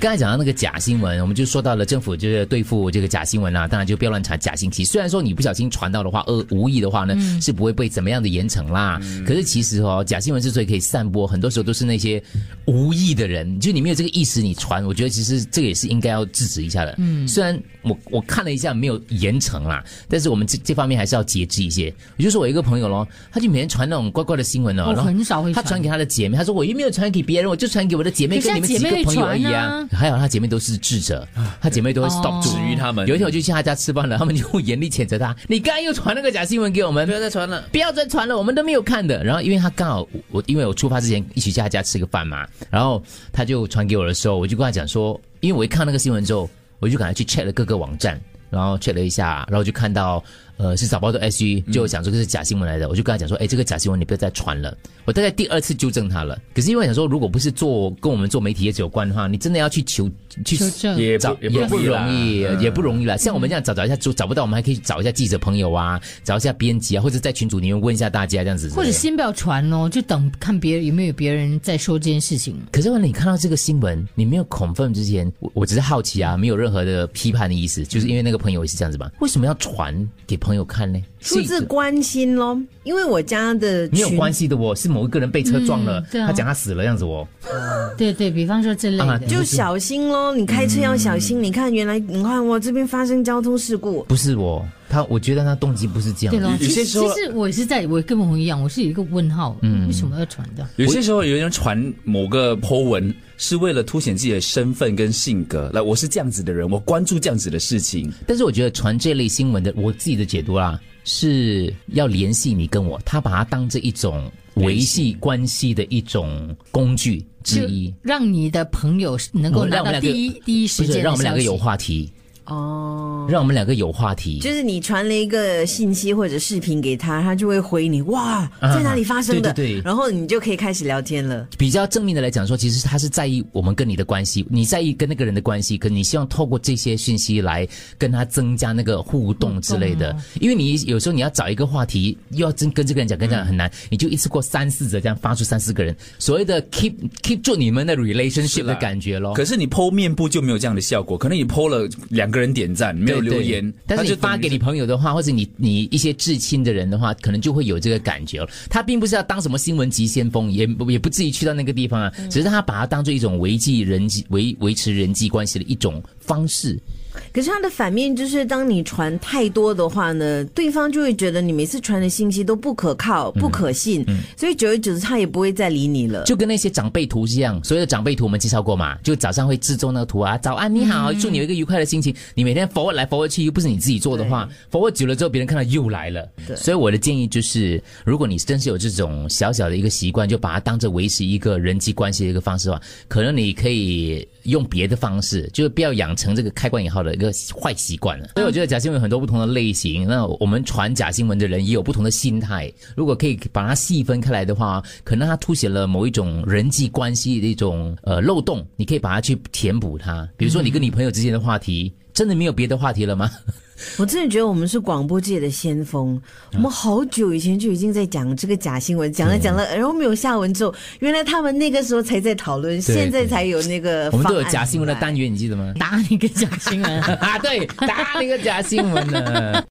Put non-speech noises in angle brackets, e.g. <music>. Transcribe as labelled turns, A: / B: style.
A: 刚才讲到那个假新闻，我们就说到了政府就是对付这个假新闻啊，当然就不要乱查假信息。虽然说你不小心传到的话，呃，无意的话呢，是不会被怎么样的严惩啦。可是其实哦，假新闻之所以可以散播，很多时候都是那些无意的人，就你没有这个意识你传，我觉得其实这个也是应该要制止一下的。嗯，虽然我我看了一下没有严惩啦，但是我们这这方面还是要节制一些。我就说我一个朋友咯，他就每天传那种怪怪的新闻哦，
B: 我
A: 然后
B: 很少会
A: 他传给他的姐妹，他说我又没有传给别人，我就传给我的姐妹
B: 可是
A: 跟你们几
B: 她姐
A: 个
B: 妹
A: 朋友而已啊
B: 传。哦
A: 还好他姐妹都是智者，他姐妹都会 stop 住
B: 止
C: 于他们
A: 有一天我就去他家吃饭了，他们就严厉谴责他：“你刚刚又传那个假新闻给我们，
C: 不要再传了。
A: 不要再传了，我们都没有看的。然后因为他刚好我我因为我出发之前一起去他家吃个饭嘛，然后他就传给我的时候，我就跟他讲说，因为我一看那个新闻之后，我就赶快去 check 了各个网站，然后 check 了一下，然后就看到呃是早报的 SG 就讲说这是假新闻来的，我就跟他讲说，哎，这个假新闻你不要再传了。我大概第二次纠正他了，可是因为我想说，如果不是做跟我们做媒体业者有关的话，你真的要去求去
B: 求证
C: 也
A: 找
C: 不也不
A: 不
C: 容
A: 容易
C: 易啦，
A: 也不容易了。像我
B: 嗯
A: 们这样找找一下，就找不到，我们还可以找一下记者朋友啊，找一下编辑啊，或者在群组里面问一下大家这样子。
B: 或者先不要传哦，就等看别人有没有别人在说这件事情。
A: 可是问你看到这个新闻，你没有 confirm 之前，我我只是好奇啊，没有任何的批判的意思，就是因为那个朋友也是这样子嘛，为什么要传给朋友看呢？
D: 出自关心咯，因为我家的
A: 没有
D: 群
A: 关系的哦，是某一个人被车撞了
B: 嗯，对啊
A: 他讲他死了这样子哦。
B: 对对，比方说这类
A: 啊
B: 的，
D: 就小心咯，你开车要小
A: 嗯
D: 心。你看，原来你看我这边发生交通事故，
A: 不是我，他我觉得他动机不是这样
B: 对
A: 的。
B: 咯。
C: 有
B: 其
C: 些
B: 实
C: 时候
B: 其实我也是在，我跟文红一样，我是有一个问号，
A: 嗯
B: 为什么要传的？
C: 有些时候有人传某个 po 文，是为了凸显自己的身份跟性格。来，我是这样子的人，我关注这样子的事情。
A: 但是我觉得传这类新闻的，我自己的解读啦，是要联系你跟我，他把它当这一种维系关系的一种工具之
B: 就
A: 一，
B: 让你的朋友能够
A: 我
B: 拿
A: 让我们
B: 到
A: 两个
B: 第一第一
A: 不
B: 时间
A: 是
B: 的
A: 让我们两个
B: 消息
A: 有
B: <laughs>
A: 话题，
D: 哦，
A: 让我们两个有话题。
D: 就是你传了一个信息或者视频给他，他就会回你哇，
A: 啊
D: 在哪里发生的？
A: 对对对
D: 然后你就可以开始聊天了。
A: 比较正面的来讲说，其实他是在意我们跟你的关系，你在意跟那个人的关系，可你希望透过这些讯息来跟他增加那个互动之类的。因为你有时候你要找一个话题，又要真跟这个人讲，跟这个人很难，你就一次过三四则这样发出三四个人，所谓的 keep keep 住你们的 relationship
C: 是啦
A: 的感觉咯。
C: 可是你 po 面部就没有这样的效果，可能你 po 了两个人点赞，没有
A: 对
C: 留
A: 对
C: 言，
A: 但是
C: 他
A: 你
C: 就等于
A: 发给你朋友的话，或者你你一些至亲的人的话，可能就会有这个感觉了。他并不是要当什么新闻急先锋，也不也不至于去到那个地方啊，只是他把它当做一种维系人际维维持人际关系的一种方式。
D: 可是它的反面就是，当你传太多的话呢，对方就会觉得你每次传的信息都不可靠、
A: 嗯
D: 不可信，所以久而久之他也不会再理你了。
A: 就跟那些长辈图一样，所有的长辈图我们介绍过嘛，就早上会制作那个图啊，早安你好，
D: 嗯
A: 祝你有一个愉快的心情。你每天 forward 来 forward 去，又不是你自己做的话，forward 久了之后，别人看到又来了。
D: 对
A: 所以我的建议就是，如果你真是有这种小小的一个习惯，就把它当着维持一个人际关系的一个方式的话，可能你可以用别的方式，就是不要养成这个开关以后的一个坏习惯了。所以我觉得假新闻有很多不同的类型，那我们传假新闻的人也有不同的心态。如果可以把它细分开来的话，可能它凸显了某一种人际关系的一种呃漏洞，你可以把它去填补它。比如说你跟你朋友之间的话题，真的没有别的话题了吗？ <laughs>
D: 我真的觉得我们是广播界的先锋，
A: 啊
D: 我们好久以前就已经在讲这个假新闻，讲了讲了，然后没有下文之后，原来他们那个时候才在讨论，
A: 对
D: 现在才有那个
A: 我们都有
D: 方案
A: 假新闻的
D: 出来
A: <laughs> 单元，你记得吗？
B: 打你个假新闻。
A: 啊，对，打那个假新闻呢。